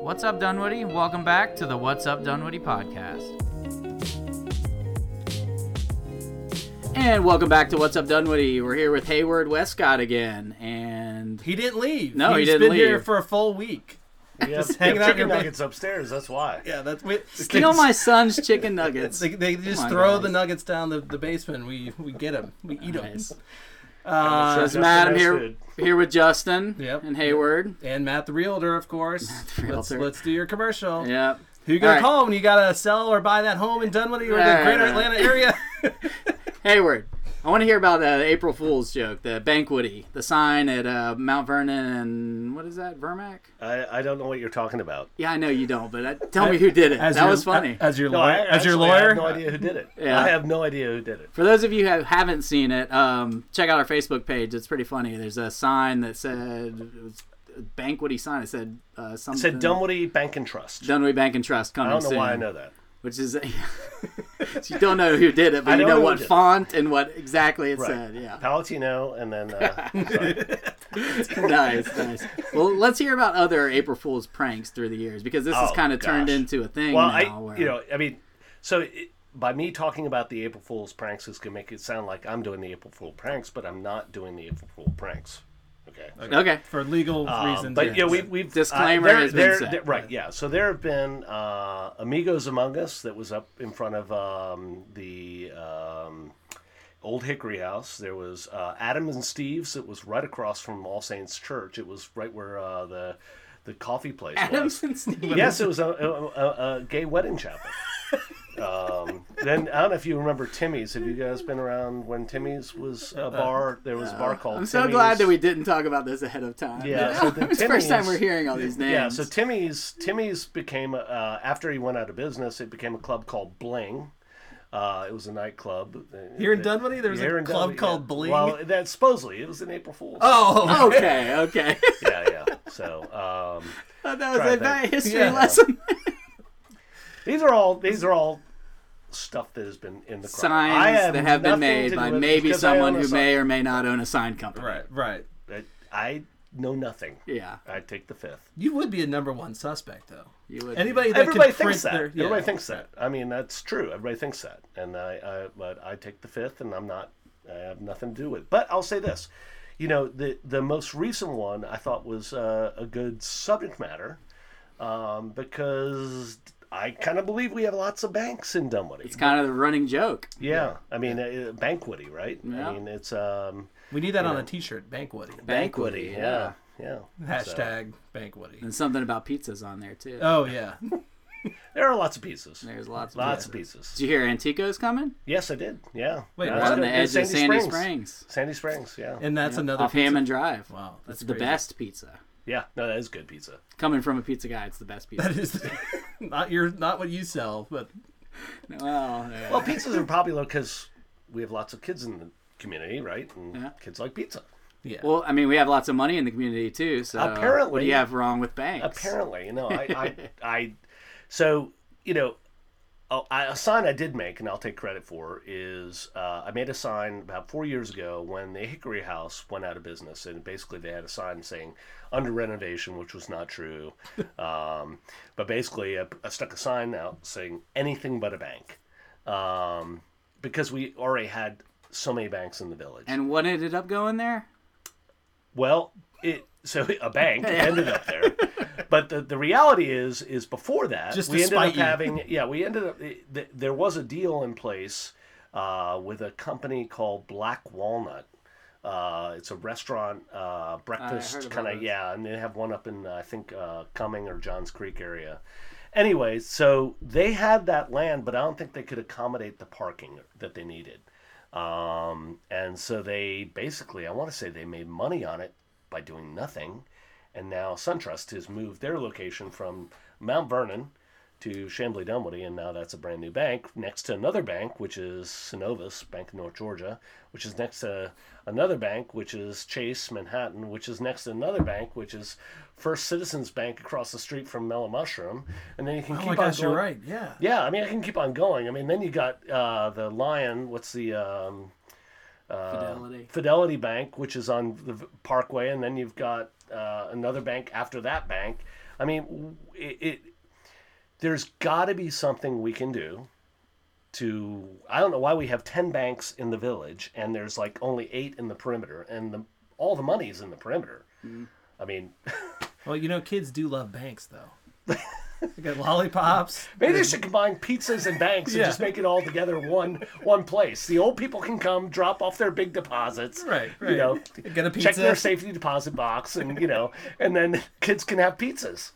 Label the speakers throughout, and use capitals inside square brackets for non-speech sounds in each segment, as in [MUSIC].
Speaker 1: What's up, Dunwoody? Welcome back to the What's Up Dunwoody podcast. And welcome back to What's Up Dunwoody. We're here with Hayward Westcott again, and
Speaker 2: He didn't leave.
Speaker 1: No, he
Speaker 2: He's
Speaker 1: didn't
Speaker 2: been here
Speaker 1: leave.
Speaker 2: for a full week.
Speaker 3: [LAUGHS] We have
Speaker 2: hanging out in your
Speaker 3: chicken
Speaker 2: bed.
Speaker 3: nuggets upstairs. That's why.
Speaker 2: Yeah, that's we,
Speaker 1: steal my son's chicken
Speaker 2: [LAUGHS]
Speaker 1: nuggets.
Speaker 2: They, they just
Speaker 1: on,
Speaker 2: throw
Speaker 1: guys.
Speaker 2: the nuggets down the, the basement. We we get them. We eat them.
Speaker 1: Nice.
Speaker 2: Uh,
Speaker 1: So it's Matt. I'm here, here with Justin
Speaker 2: Yep.
Speaker 1: and Hayward.
Speaker 2: and Matt the realtor, of course.
Speaker 1: the
Speaker 2: Let's,
Speaker 1: realtor.
Speaker 2: let's do your commercial.
Speaker 1: Yep.
Speaker 2: Who you gonna
Speaker 1: Alright.
Speaker 2: call when you gotta sell or buy that home in Dunwoody or the
Speaker 1: Alright,
Speaker 2: greater
Speaker 1: alright.
Speaker 2: Atlanta
Speaker 1: [LAUGHS]
Speaker 2: area?
Speaker 1: Hayward, I want to hear about the April Fool's joke, the banquety, the sign at uh, Mount Vernon and what is that, Vermac?
Speaker 3: I, I don't know what you're talking about.
Speaker 1: Yeah, I know you don't, but uh, tell me who did it. That
Speaker 2: your-
Speaker 1: was funny.
Speaker 2: As your
Speaker 3: No,
Speaker 2: lawyer,
Speaker 3: I,
Speaker 2: as your
Speaker 3: actually, I
Speaker 2: lawyer,
Speaker 3: have no idea who did it.
Speaker 1: Yeah.
Speaker 3: I have no idea who did it.
Speaker 1: For those of you who haven't seen it, um, check out our Facebook page. It's pretty funny. There's a sign that said it was a banquety sign. It said uh,
Speaker 3: It
Speaker 1: something.
Speaker 3: said Dunwoody Bank and Trust.
Speaker 1: Dunwoody Bank and Trust
Speaker 3: I
Speaker 1: coming
Speaker 3: don't know
Speaker 1: soon.
Speaker 3: why I know that.
Speaker 1: Which [LAUGHS] is, you don't know who did it,
Speaker 3: I
Speaker 1: but you
Speaker 3: don't
Speaker 1: know
Speaker 3: know who
Speaker 1: what
Speaker 3: did it.
Speaker 1: font and what exactly it
Speaker 3: Right.
Speaker 1: said. Yeah. [LAUGHS]
Speaker 3: Palatino and then uh, sorry.
Speaker 1: nice, nice. Well, let's hear about other April Fool's pranks through the years because this has
Speaker 3: Oh,
Speaker 1: kind of turned
Speaker 3: gosh.
Speaker 1: into a thing
Speaker 3: well,
Speaker 1: now.
Speaker 3: I
Speaker 1: where,
Speaker 3: you know I mean, so it, by me talking about the April Fool's pranks is gonna make it sound like I'm doing the April Fool pranks, but I'm not doing the April Fool pranks. Okay. [LAUGHS]
Speaker 1: okay,
Speaker 2: for legal
Speaker 3: Um,
Speaker 2: reasons.
Speaker 3: But yeah, we've, we've
Speaker 1: Disclaimer
Speaker 3: uh, there-
Speaker 1: has been
Speaker 3: there-
Speaker 1: set.
Speaker 3: there- right, yeah. So there have been uh, Amigos Among Us that was up in front of um, the um, Old Hickory House. There was uh, Adam and Steve's that was right across from All Saints Church. It was right where uh, the the coffee place was.
Speaker 1: Adams and Steve.
Speaker 3: Yes, it was a, a, a, a gay wedding chapel. Um, then I don't know if you remember Timmy's. Have you guys been around when Timmy's was a bar? There was a bar called.
Speaker 1: Uh, I'm so glad
Speaker 3: Timmy's.
Speaker 1: that we didn't talk about this ahead of time. [LAUGHS]
Speaker 3: Yeah, so the
Speaker 1: it's the first time
Speaker 3: Timmys-
Speaker 1: we're hearing all these names.
Speaker 3: Yeah, so Timmy's Timmy's became uh, after he went out of business, it became a club called Bling. Uh, it was a nightclub
Speaker 2: here in Dunwoody, there was
Speaker 3: Here
Speaker 2: a
Speaker 3: in
Speaker 2: club
Speaker 3: Dudley, yeah.
Speaker 2: called Bling.
Speaker 3: Well, that supposedly it was an April Fool's.
Speaker 1: [LAUGHS]
Speaker 2: oh,
Speaker 1: okay, okay.
Speaker 3: yeah, yeah. So um,
Speaker 1: that was
Speaker 3: Try
Speaker 1: a
Speaker 3: that.
Speaker 1: bad history
Speaker 2: Yeah.
Speaker 1: lesson.
Speaker 3: these are all these are all stuff that has been in the crowd.
Speaker 1: [LAUGHS]
Speaker 3: I
Speaker 1: Signs
Speaker 3: have
Speaker 1: that have been
Speaker 3: nothing to
Speaker 1: made
Speaker 3: do
Speaker 1: by
Speaker 3: with it
Speaker 1: maybe
Speaker 3: because I own
Speaker 1: someone
Speaker 3: a
Speaker 1: who
Speaker 3: sign.
Speaker 1: may or may not own a sign company.
Speaker 2: right, right.
Speaker 3: It- I know nothing.
Speaker 1: Yeah,
Speaker 3: I take the fifth.
Speaker 2: You would be a number one suspect, though.
Speaker 1: you would.
Speaker 2: Anybody that
Speaker 3: Everybody
Speaker 2: could print
Speaker 3: thinks that.
Speaker 2: their- yeah.
Speaker 3: Everybody thinks that. I mean, that's true. Everybody thinks that, and I, I, but I take the fifth, and I'm not. I have nothing to do with. it. But I'll say this, you know, the the most recent one I thought was uh, a good subject matter, um, because I kind of believe we have lots of banks in Dunwoody.
Speaker 1: It's kind of the running joke.
Speaker 3: yeah. I mean, uh, banquety, right?
Speaker 1: Yeah.
Speaker 3: I mean, it's um,
Speaker 2: We need that on a T-shirt, Banqueting.
Speaker 1: Banquety,
Speaker 3: yeah, yeah.
Speaker 2: [LAUGHS] Hashtag Banqueting.
Speaker 1: And something about pizzas on there too.
Speaker 3: Uh,
Speaker 2: Oh yeah,
Speaker 3: There are lots of pieces.
Speaker 1: There's lots. Of pizzas.
Speaker 3: Lots of
Speaker 1: Did
Speaker 3: pieces.
Speaker 1: you hear Antico's coming?
Speaker 3: Yes, I did. Yeah.
Speaker 2: Wait,
Speaker 3: That's
Speaker 2: what?
Speaker 1: Right on
Speaker 3: good.
Speaker 1: the edge of Sandy Springs.
Speaker 3: Sandy Springs, yeah.
Speaker 2: and that's another
Speaker 1: Off
Speaker 2: pizza-
Speaker 1: Hammond Drive.
Speaker 2: Wow, that's
Speaker 1: it's the
Speaker 2: crazy.
Speaker 1: best pizza.
Speaker 3: Yeah, no, that is good pizza.
Speaker 1: Coming from a pizza guy, it's the best pizza.
Speaker 2: That is [LAUGHS] not your, not what you sell, but
Speaker 1: well, yeah.
Speaker 3: Well, pizzas [LAUGHS] are popular because we have lots of kids in the community, right? And
Speaker 1: Yeah.
Speaker 3: kids like pizza.
Speaker 2: yeah.
Speaker 1: Well, I mean, we have lots of money in the community too. So what do
Speaker 3: Apparently.
Speaker 1: you have wrong with banks?
Speaker 3: Apparently, you know, I, I, I so you know, a, a sign I did make, and I'll take credit for, is uh, I made a sign about four years ago when the Hickory House went out of business, and basically they had a sign saying under renovation, which was not true, um, but basically I, I stuck a sign out saying anything but a bank, um, because we already had so many banks in the village.
Speaker 1: And what ended up going there?
Speaker 3: Well, it so [LAUGHS]
Speaker 2: [LAUGHS]
Speaker 3: a bank ended up there, but the, the reality is is before that
Speaker 2: Just to
Speaker 3: we ended
Speaker 2: spite
Speaker 3: up
Speaker 2: you.
Speaker 3: having yeah we ended up th- there was a deal in place uh, with a company called Black Walnut. Uh, it's a restaurant uh,
Speaker 1: heard
Speaker 3: breakfast
Speaker 1: about
Speaker 3: kind of
Speaker 1: this.
Speaker 3: yeah, and they have one up in I think uh, Cumming or Johns Creek area. Anyway, so they had that land, but I don't think they could accommodate the parking that they needed. Um, and so they basically, I want to say they made money on it by doing nothing. And now SunTrust has moved their location from Mount Vernon to Chambly Dunwoody, and now that's a brand new bank next to another bank, which is Synovus Bank of North Georgia, which is next to another bank, which is Chase Manhattan, which is next to another bank, which is First Citizens Bank across the street from Mellow Mushroom, and then you can
Speaker 2: oh
Speaker 3: keep
Speaker 2: my
Speaker 3: on
Speaker 2: gosh, you're
Speaker 3: going-
Speaker 2: right. Yeah.
Speaker 3: yeah, I mean, I can keep on going. I mean, then you got uh, the Lion. What's the um, uh,
Speaker 1: Fidelity.
Speaker 3: Fidelity Bank, which is on the v- Parkway, and then you've got uh, another bank after that bank. I mean, it, it there's got to be something we can do to I don't know why we have 10 banks in the village and there's like only 8 in the perimeter and the all the money's in the perimeter. I mean,
Speaker 2: Well, you know, kids do love banks,
Speaker 3: [LAUGHS]
Speaker 2: though. they got lollipops.
Speaker 3: maybe they should combine pizzas and banks
Speaker 2: Yeah.
Speaker 3: and just make it all together one one place. The old people can come, drop off their big deposits,
Speaker 2: Right, right.
Speaker 3: You know,
Speaker 2: Get a
Speaker 3: check their
Speaker 2: pizza.
Speaker 3: safety deposit box, and you know, and then kids can have pizzas.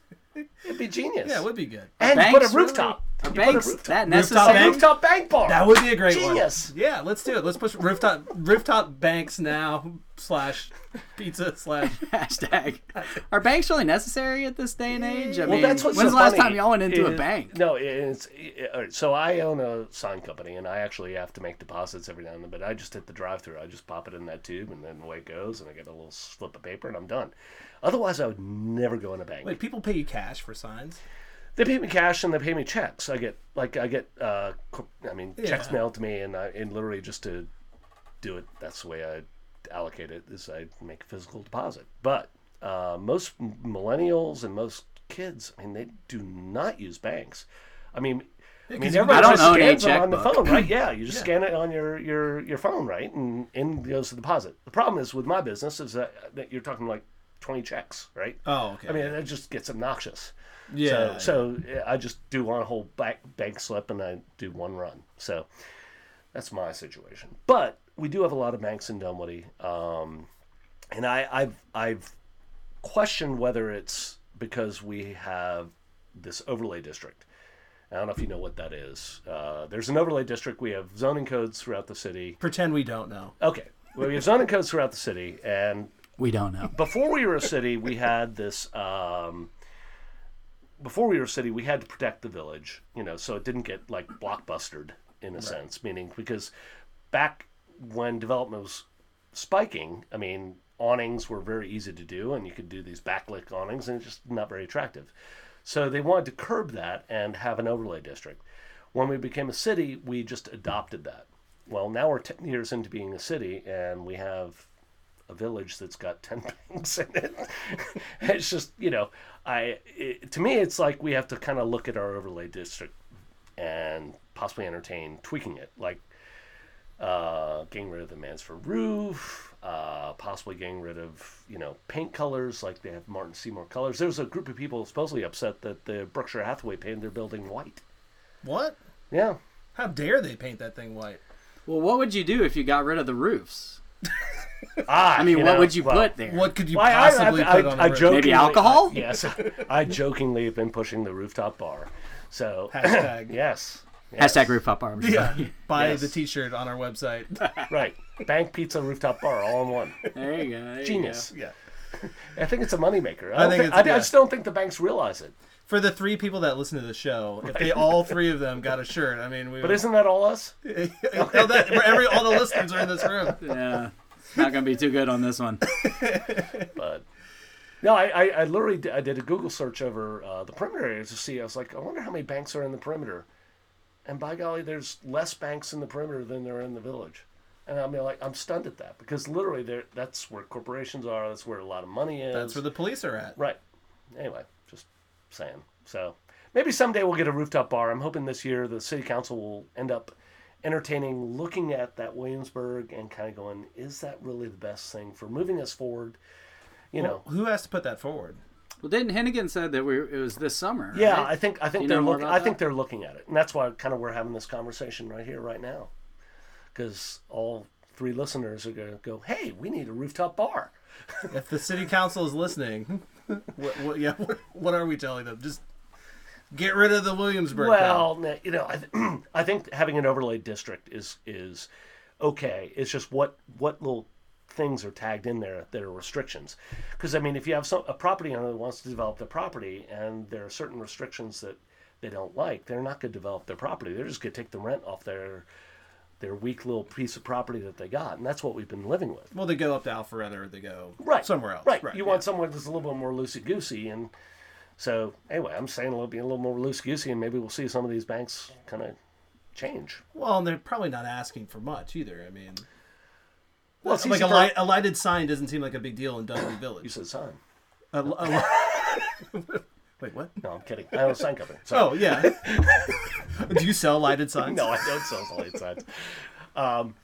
Speaker 3: It'd be genius.
Speaker 2: Yeah, it would be good.
Speaker 3: and
Speaker 1: Banks,
Speaker 3: put a
Speaker 1: really?
Speaker 3: rooftop.
Speaker 1: Are
Speaker 3: You put a
Speaker 1: banks
Speaker 3: rooftop.
Speaker 1: that
Speaker 2: Rooftop
Speaker 3: a
Speaker 1: necessary?
Speaker 2: bank?
Speaker 3: rooftop bank bar.
Speaker 2: That would be a great
Speaker 3: Genius.
Speaker 2: one. Yeah, let's do it. Let's push rooftop rooftop banks now slash pizza slash.
Speaker 1: [LAUGHS] Hashtag. Are banks really necessary at this day and age? I
Speaker 3: Well,
Speaker 1: mean,
Speaker 3: that's what's
Speaker 1: when's
Speaker 3: so
Speaker 1: the last
Speaker 3: funny
Speaker 1: time y'all went into a
Speaker 3: is-
Speaker 1: bank?
Speaker 3: No, it's it, all right, so I own a sign company, and I actually have to make deposits every now and then. But I just hit the drive-through. I just pop it in that tube, and then away it goes, and I get a little slip of paper, and I'm done. Otherwise, I would never go in a bank.
Speaker 2: Wait, people pay you cash for signs.
Speaker 3: They pay me cash and they pay me checks. I get like I get, uh, co- I mean, checks
Speaker 2: Yeah.
Speaker 3: mailed to me, and I, and literally just to do it. That's the way I allocate it. Is I make a physical deposit. But uh, most m- millennials and most kids, I mean, they do not use banks. I mean. I mean,
Speaker 2: 'cause you-
Speaker 3: everybody
Speaker 2: I
Speaker 1: don't
Speaker 3: just
Speaker 1: own a
Speaker 3: scans them on the
Speaker 1: checkbook.
Speaker 3: phone, right? Yeah, you just scan it on your, your, your phone, right, and in goes the deposit. The problem is with my business is that, that you're talking like twenty checks, right?
Speaker 2: Oh, okay.
Speaker 3: I mean, that just gets obnoxious.
Speaker 2: Yeah.
Speaker 3: So, so uh, I just do one whole bank, bank slip and I do one run. So that's my situation. But we do have a lot of banks in Dunwoody, um, and I, I've I've questioned whether it's because we have this overlay district. I don't know if you know what that is. Uh, there's an overlay district. We have zoning codes throughout the city.
Speaker 2: pretend we don't know.
Speaker 3: Okay, we have zoning codes throughout the city, and
Speaker 1: We don't know.
Speaker 3: before we were a city, we had this. Um, before we were a city, we had to protect the village, you know, so it didn't get like blockbustered in a sense. Meaning, because back when development was spiking, I mean, awnings were very easy to do, and you could do these backlit awnings, and it's just not very attractive. So they wanted to curb that and have an overlay district. When we became a city, we just adopted that. Well, now we're 10 years into being a city, and we have a village that's got 10 [LAUGHS] banks in it. it's just, you know, I it, to me it's like we have to kind of look at our overlay district and possibly entertain tweaking it. Like uh, getting rid of the Mansford roof, uh, possibly getting rid of you know paint colors like they have Martin Seymour colors. There's a group of people supposedly upset that the Berkshire Hathaway painted their building white.
Speaker 2: What?
Speaker 3: Yeah,
Speaker 2: How dare they paint that thing white?
Speaker 1: Well, what would you do if you got rid of the roofs?
Speaker 3: ah,
Speaker 1: I mean,
Speaker 3: you
Speaker 1: what
Speaker 3: know,
Speaker 1: would you
Speaker 3: well,
Speaker 1: put there?
Speaker 2: What could you
Speaker 3: Why, I-
Speaker 2: possibly
Speaker 3: I, I,
Speaker 2: put on a
Speaker 3: I
Speaker 2: roof?
Speaker 3: jokingly-
Speaker 1: Maybe alcohol?
Speaker 3: I- yes, I jokingly have been pushing the rooftop bar. So
Speaker 2: [LAUGHS]
Speaker 3: [LAUGHS]
Speaker 2: Hashtag.
Speaker 3: yes,
Speaker 1: Hashtag rooftop bar.
Speaker 2: [LAUGHS] Yeah. Buy
Speaker 3: Yes.
Speaker 2: the T-shirt on our website.
Speaker 3: [LAUGHS] right, bank pizza rooftop bar all in one.
Speaker 1: There you go. there you
Speaker 3: Genius.
Speaker 2: yeah.
Speaker 3: I think it's a moneymaker. I,
Speaker 2: think
Speaker 3: don't think,
Speaker 2: it's-
Speaker 3: I, I
Speaker 2: yeah.
Speaker 3: just don't think the banks realize it.
Speaker 2: For the three people that listen to the show, if they all three of them got a shirt, I mean, we.
Speaker 3: But
Speaker 2: would- [LAUGHS]
Speaker 3: isn't that all us?
Speaker 2: no, that, for every all the listeners are in this room.
Speaker 3: [LAUGHS]
Speaker 1: go. Yeah. It's not going to be too good on this one.
Speaker 3: but no, I, I, I literally did, I did a Google search over uh, the perimeter areas to see. I was like, I wonder how many banks are in the perimeter, and by golly, there's less banks in the perimeter than there are in the village. And I mean, like, I'm stunned at that because literally, there that's where corporations are. That's where a lot of money is.
Speaker 2: That's where the police are at.
Speaker 3: right. Anyway, just saying. So maybe someday we'll get a rooftop bar. I'm hoping this year the city council will end up entertaining looking at that Williamsburg and kind of going, is that really the best thing for moving us forward? You know,
Speaker 2: Who has to put that forward?
Speaker 1: [LAUGHS] Well, didn't Hennigan said that we it was this summer?
Speaker 3: Yeah,
Speaker 1: right?
Speaker 3: I think I think
Speaker 1: you know
Speaker 3: they're
Speaker 1: more
Speaker 3: looking.
Speaker 1: about
Speaker 3: I think
Speaker 1: that?
Speaker 3: they're looking at it, and that's why kind of we're having this conversation right here, right now, because all three listeners are gonna go, "Hey, we need a rooftop bar."
Speaker 2: If the city council is listening, [LAUGHS] what, what, yeah, what, what are we telling them? Just get rid of the Williamsburg.
Speaker 3: Well, no, you know, I, th- [CLEARS THROAT] I think having an overlay district is is okay. It's just what what little things are tagged in there that are restrictions. Because I mean, if you have some a property owner that wants to develop their property, and there are certain restrictions that they don't like, they're not going to develop their property. They're just going to take the rent off their their weak little piece of property that they got, and that's what we've been living with.
Speaker 2: Well, they go up to Alpharetta or they go
Speaker 3: Right.
Speaker 2: somewhere else.
Speaker 3: Right. you
Speaker 2: yeah.
Speaker 3: want someone that's a little bit more loosey goosey, and so anyway, I'm saying a little, being a little more loosey goosey, and maybe we'll see some of these banks kind of change.
Speaker 2: Well, and they're probably not asking for much either. I mean,
Speaker 3: Well,
Speaker 2: like a, light, a lighted sign doesn't seem like a big deal in Dudley
Speaker 3: You
Speaker 2: Village.
Speaker 3: said sign.
Speaker 2: A, [LAUGHS] li- a li- Wait, what?
Speaker 3: No, I'm kidding. I own a sign company.
Speaker 2: [LAUGHS]
Speaker 3: Sorry.
Speaker 2: Oh yeah. Do you sell lighted signs?
Speaker 3: [LAUGHS] No, I don't sell
Speaker 2: [LAUGHS]
Speaker 3: lighted signs. Um,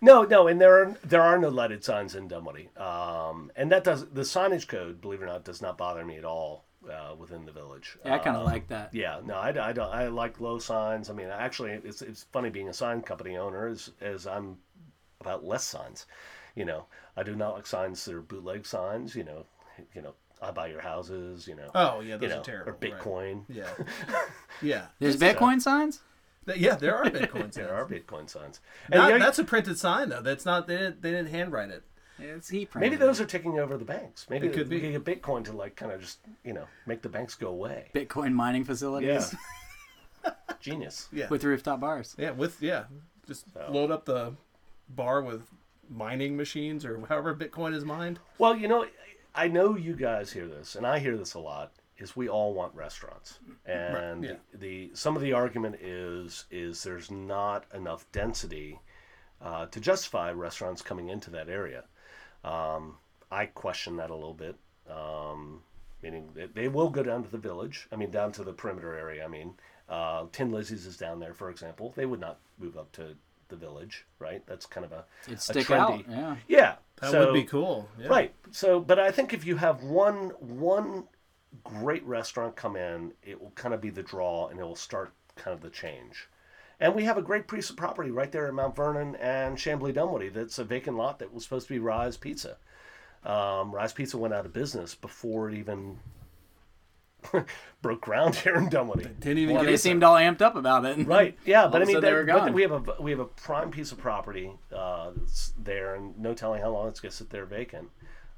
Speaker 3: no, no, and there are there are no lighted signs in Dunwoody, um, and that does the signage code. Believe it or not, does not bother me at all uh, within the village.
Speaker 1: Yeah, I kind of
Speaker 3: Um,
Speaker 1: like that.
Speaker 3: Yeah, no, I, I don't. I like low signs. I mean, actually, it's it's funny being a sign company owner as as I'm about less signs. You know, I do not like signs that are bootleg signs. You know, you know, I buy your houses. You know,
Speaker 2: Oh yeah, those
Speaker 3: you know,
Speaker 2: are terrible.
Speaker 3: or
Speaker 2: right.
Speaker 3: Bitcoin.
Speaker 2: [LAUGHS] Yeah. Yeah.
Speaker 1: There's Bitcoin signs.
Speaker 2: Th- Yeah, there are Bitcoin signs.
Speaker 3: There are Bitcoin signs. And
Speaker 2: Not-
Speaker 3: you know,
Speaker 2: that's a printed sign though. That's not they didn't, they didn't handwrite it.
Speaker 1: It's he
Speaker 3: maybe
Speaker 1: printed
Speaker 3: those are taking over the banks. Maybe
Speaker 2: It could
Speaker 3: we
Speaker 2: be.
Speaker 3: could get Bitcoin to like kind of just you know make the banks go away.
Speaker 1: Bitcoin mining facilities
Speaker 3: Genius.
Speaker 2: Yeah.
Speaker 1: [LAUGHS] with rooftop bars.
Speaker 2: yeah, with yeah, just load up the bar with mining machines or however Bitcoin is mined.
Speaker 3: Well, you know, I know you guys hear this, and I hear this a lot. Is we all want restaurants, and
Speaker 2: yeah.
Speaker 3: the some of the argument is is there's not enough density uh, to justify restaurants coming into that area. Um, I question that a little bit, um, meaning that they will go down to the village. I mean, down to the perimeter area. I mean, uh, Tin Lizzie's is down there, for example. They would not move up to the village, right? That's kind of a
Speaker 1: It'd
Speaker 3: a
Speaker 1: stick out.
Speaker 3: trendy-
Speaker 1: Yeah.
Speaker 3: Yeah,
Speaker 2: That
Speaker 3: so-
Speaker 2: would be cool. Yeah.
Speaker 3: Right. So, but I think if you have one one great restaurant come in, it will kind of be the draw, and it will start kind of the change. And we have a great piece of property right there in Mount Vernon and Chambly Dunwoody. That's a vacant lot that was supposed to be Rise Pizza. Um, Rise Pizza went out of business before it even [LAUGHS] broke ground [LAUGHS] here in Dunwoody.
Speaker 2: Didn't even
Speaker 1: Well,
Speaker 2: get
Speaker 1: they
Speaker 2: us a-
Speaker 1: seemed all amped up about it.
Speaker 3: uh, Right. Yeah,
Speaker 1: of
Speaker 3: but I
Speaker 1: a
Speaker 3: mean,
Speaker 1: sudden they
Speaker 3: that-
Speaker 1: were
Speaker 3: but
Speaker 1: gone.
Speaker 3: we have a we have a prime piece of property uh, that's there, and no telling how long it's going to sit there vacant.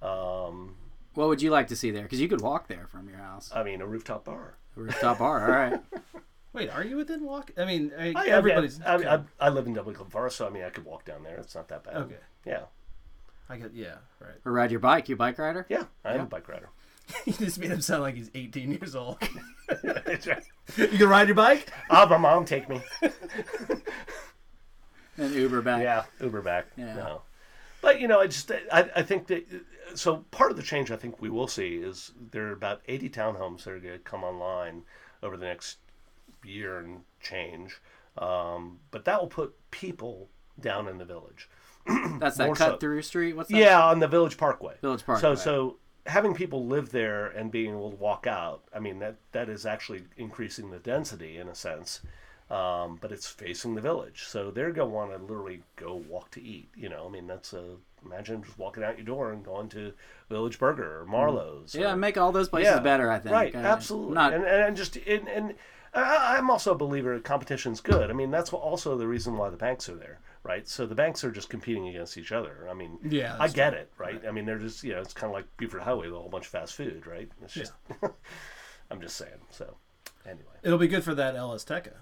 Speaker 3: Um,
Speaker 1: What would you like to see there? Because you could walk there from your house.
Speaker 3: I mean, a rooftop bar.
Speaker 1: rooftop bar. All right.
Speaker 2: Wait, are you within walk? I mean, I,
Speaker 3: I,
Speaker 2: everybody's.
Speaker 3: everybody's. I, I, I live in Double Cliff Bar, so I mean, I could walk down there. It's not that bad.
Speaker 2: Okay.
Speaker 3: Yeah.
Speaker 2: I get yeah, right.
Speaker 1: Or ride your bike. You a bike rider?
Speaker 3: Yeah. I am a bike rider.
Speaker 2: [LAUGHS]
Speaker 3: [LAUGHS]
Speaker 2: You just made him sound like he's 18 years old.
Speaker 3: That's right.
Speaker 2: you can ride your bike.
Speaker 3: Ah, my mom take me.
Speaker 1: And Uber back.
Speaker 3: Yeah. Uber back.
Speaker 1: Yeah.
Speaker 3: No. But you know, I just I, I think that so part of the change I think we will see is there are about 80 townhomes that are going to come online over the next year and change. Um, but that will put people down in the village.
Speaker 1: That's that
Speaker 3: More so.
Speaker 1: cut through street. What's that?
Speaker 3: Yeah, on the Village Parkway.
Speaker 1: Village Parkway.
Speaker 3: So so having people live there and being able to walk out, I mean that that is actually increasing the density in a sense. Um, but it's facing the village, so they're gonna want to literally go walk to eat. You know, I mean that's a imagine just walking out your door and going to Village Burger or Marlowe's.
Speaker 1: Hmm. Yeah,
Speaker 3: or,
Speaker 1: make all those places better. I think.
Speaker 3: Right,
Speaker 1: Uh,
Speaker 3: absolutely.
Speaker 1: Not
Speaker 3: And, and and just and, and I, I'm also a believer that competition's good. I mean, that's what- also the reason why the banks are there, right? So the banks are just competing against each other. I mean,
Speaker 2: Yeah,
Speaker 3: I
Speaker 2: that's
Speaker 3: get it, right? I mean, they're just you know, it's kind of like Buford Highway with a whole bunch of fast food, right? It's just, [LAUGHS] I'm just saying. So, anyway,
Speaker 2: It'll be good for that El Azteca,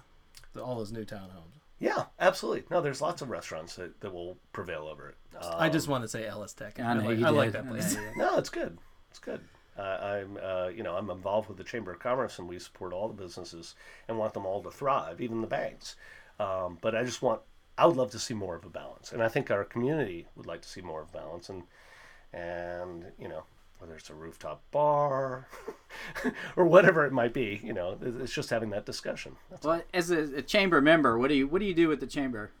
Speaker 2: the- all those new townhomes.
Speaker 3: yeah, absolutely. No, there's lots of restaurants that, that will prevail over it. Uh,
Speaker 2: I just want to say El Azteca.
Speaker 1: I know
Speaker 2: like,
Speaker 1: you [LAUGHS]
Speaker 2: I like
Speaker 1: did.
Speaker 2: that
Speaker 1: I
Speaker 2: place.
Speaker 1: know you did.
Speaker 3: No, it's good. It's good. Uh, I'm, uh, you know, I'm involved with the Chamber of Commerce, and we support all the businesses and want them all to thrive, even the banks. Um, but I just want, I would love to see more of a balance, and I think our community would like to see more of a balance, and and you know, whether it's a rooftop bar [LAUGHS] or whatever it might be, you know, it- it's just having that discussion.
Speaker 1: Well, as a, a chamber member, what do you what do you do with the chamber?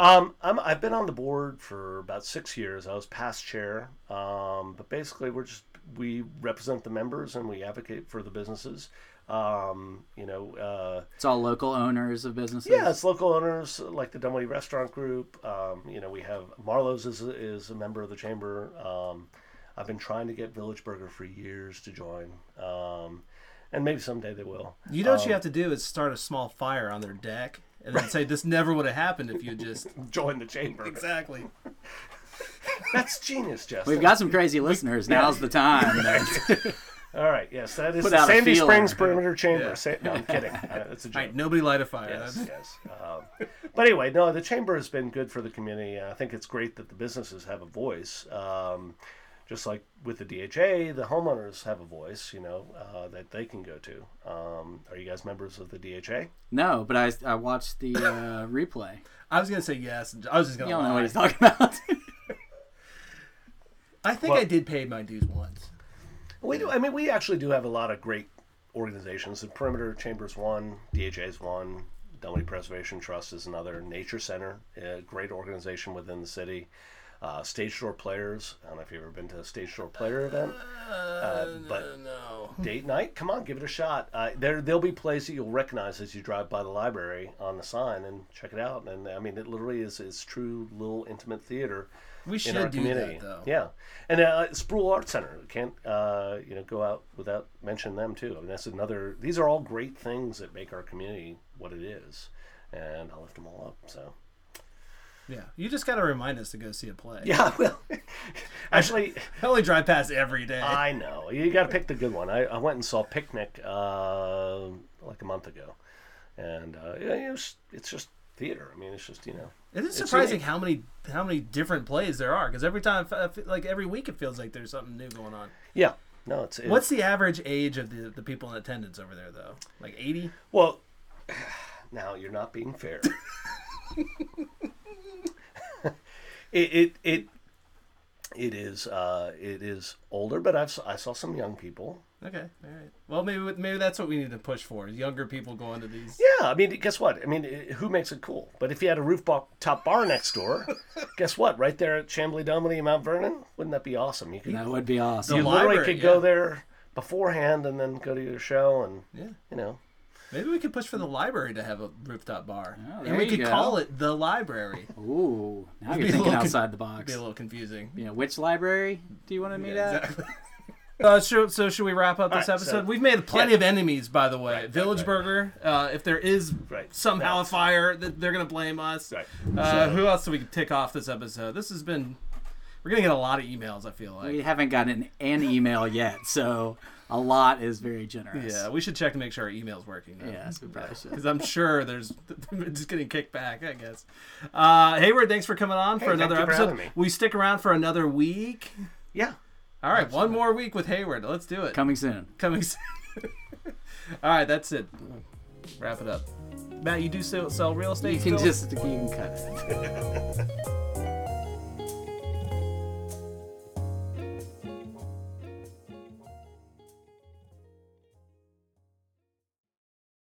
Speaker 3: Um, I'm, I've been on the board for about six years. I was past chair, um, but basically we're just we represent the members and we advocate for the businesses. Um, you know, uh,
Speaker 1: It's all local owners of businesses.
Speaker 3: yeah, it's local owners like the Dunwoody Restaurant Group. Um, you know, we have Marlowe's is, is a member of the chamber. Um, I've been trying to get Village Burger for years to join, um, and maybe someday they will.
Speaker 2: You know what you have to do is start a small fire on their deck and then say this never would have happened if you just
Speaker 3: Join the chamber.
Speaker 2: exactly.
Speaker 3: That's genius, Justin.
Speaker 1: We've got some crazy listeners. Now's the time.
Speaker 3: All right. Yes, that is
Speaker 1: Put
Speaker 3: the
Speaker 1: out a
Speaker 3: Sandy
Speaker 1: feeler.
Speaker 3: Springs perimeter chamber. Sa- no,
Speaker 1: [LAUGHS]
Speaker 3: I'm kidding. Uh, That's a joke.
Speaker 2: All right, nobody light a fire.
Speaker 3: Yes,
Speaker 2: That's-
Speaker 3: yes. Um, but anyway, no, the chamber has been good for the community. and I think it's great that the businesses have a voice. Um, just like with the DHA, the homeowners have a voice, you know, uh, that they can go to. Um, are you guys members of the DHA?
Speaker 1: no, but I, I watched the uh, replay.
Speaker 2: I was gonna say yes. and I was just
Speaker 1: You
Speaker 2: gonna.
Speaker 1: don't know
Speaker 2: Lie.
Speaker 1: what he's talking about. [LAUGHS]
Speaker 2: I think
Speaker 3: Well-
Speaker 2: I did pay my dues once.
Speaker 3: We do. I mean, we actually do have a lot of great organizations. The Perimeter Chamber's one, DHA's one, Dunwoody Preservation Trust is another, Nature Center, a great organization within the city. Uh, Stage Door Players, I don't know if you've ever been to a Stage Door Player event, uh, but
Speaker 2: No.
Speaker 3: date night. Come on, give it a shot. Uh, there, there'll be plays that you'll recognize as you drive by the library on the sign and check it out. And I mean, it literally is is true little intimate theater
Speaker 2: We
Speaker 3: in our
Speaker 2: should do
Speaker 3: community.
Speaker 2: that though.
Speaker 3: Yeah, and uh, Sproul Art Center can't uh, you know go out without mentioning them too. I mean, that's another. These are all great things that make our community what it is, and I lift them all up. So. [LAUGHS]
Speaker 2: Yeah. You just gotta remind us to go see a play.
Speaker 3: Yeah, well, [LAUGHS] actually,
Speaker 2: I only drive past every day.
Speaker 3: I know. You got to pick the good one. I, I went and saw Picnic uh, like a month ago, and uh, yeah, it was, it's just theater. I mean, it's just you know.
Speaker 2: it is
Speaker 3: it's
Speaker 2: surprising
Speaker 3: unique.
Speaker 2: how many how many different plays there are because every time I fe- like every week it feels like there's something new going on.
Speaker 3: Yeah, no, it's, it's
Speaker 2: What's the average age of the, the people in attendance over there though? Like eighty?
Speaker 3: well. [SIGHS] Now you're not being
Speaker 2: [LAUGHS]
Speaker 3: fair. it it it it is uh, it is older, but I've s- I saw some young people.
Speaker 2: Okay, all right. Well, maybe maybe that's what we need to push for: younger people going to these.
Speaker 3: Yeah, I mean, guess what? I mean, it- who makes it cool? But if you had a roof bo- top bar next
Speaker 2: [LAUGHS]
Speaker 3: door, guess what? Right there at Chambly Domini in Mount Vernon, wouldn't that be awesome? You could,
Speaker 1: That would be awesome.
Speaker 3: you
Speaker 2: The
Speaker 3: literally
Speaker 2: library,
Speaker 3: could go
Speaker 2: yeah.
Speaker 3: there beforehand and then go to your show, and
Speaker 2: Yeah.
Speaker 3: you know,
Speaker 2: Maybe we could push for the library to have a rooftop bar,
Speaker 1: Oh, there
Speaker 2: and we
Speaker 1: you
Speaker 2: could
Speaker 1: go.
Speaker 2: call it the library.
Speaker 1: Ooh, now
Speaker 2: be
Speaker 1: you're thinking
Speaker 2: a little con-
Speaker 1: outside the
Speaker 2: It'd
Speaker 1: box.
Speaker 2: be a little confusing.
Speaker 1: [LAUGHS] Yeah, which library do you want to meet at?
Speaker 2: Exactly. Uh, so, so should we wrap up this
Speaker 3: All right, so-
Speaker 2: episode? We've made plenty
Speaker 3: yeah.
Speaker 2: of enemies, by the way.
Speaker 3: right,
Speaker 2: Village
Speaker 3: right.
Speaker 2: Burger. Uh, if there is
Speaker 3: Right.
Speaker 2: somehow
Speaker 3: Yeah.
Speaker 2: a fire, th- they're gonna blame us.
Speaker 3: Right.
Speaker 2: Uh,
Speaker 3: So-
Speaker 2: who else do we tick off this episode? This has been. We're gonna get a lot of emails. I feel like.
Speaker 1: We haven't gotten an email yet, so a lot is very generous.
Speaker 2: Yeah, we should check to make sure our email's working. though. [LAUGHS]
Speaker 1: Yes, we probably should.
Speaker 2: because I'm sure there's [LAUGHS] just getting kicked back. I guess. Uh, Hayward, thanks for coming on for
Speaker 3: thank
Speaker 2: another
Speaker 3: you for
Speaker 2: episode.
Speaker 3: having me.
Speaker 2: We stick around for another week.
Speaker 3: yeah.
Speaker 2: All right, one more week with Hayward. Let's do it.
Speaker 1: Coming soon.
Speaker 2: Coming soon. [LAUGHS] All right, that's it. Wrap it up. Matt, you do sell, sell real estate.
Speaker 1: You can
Speaker 2: still?
Speaker 1: just you can cut it.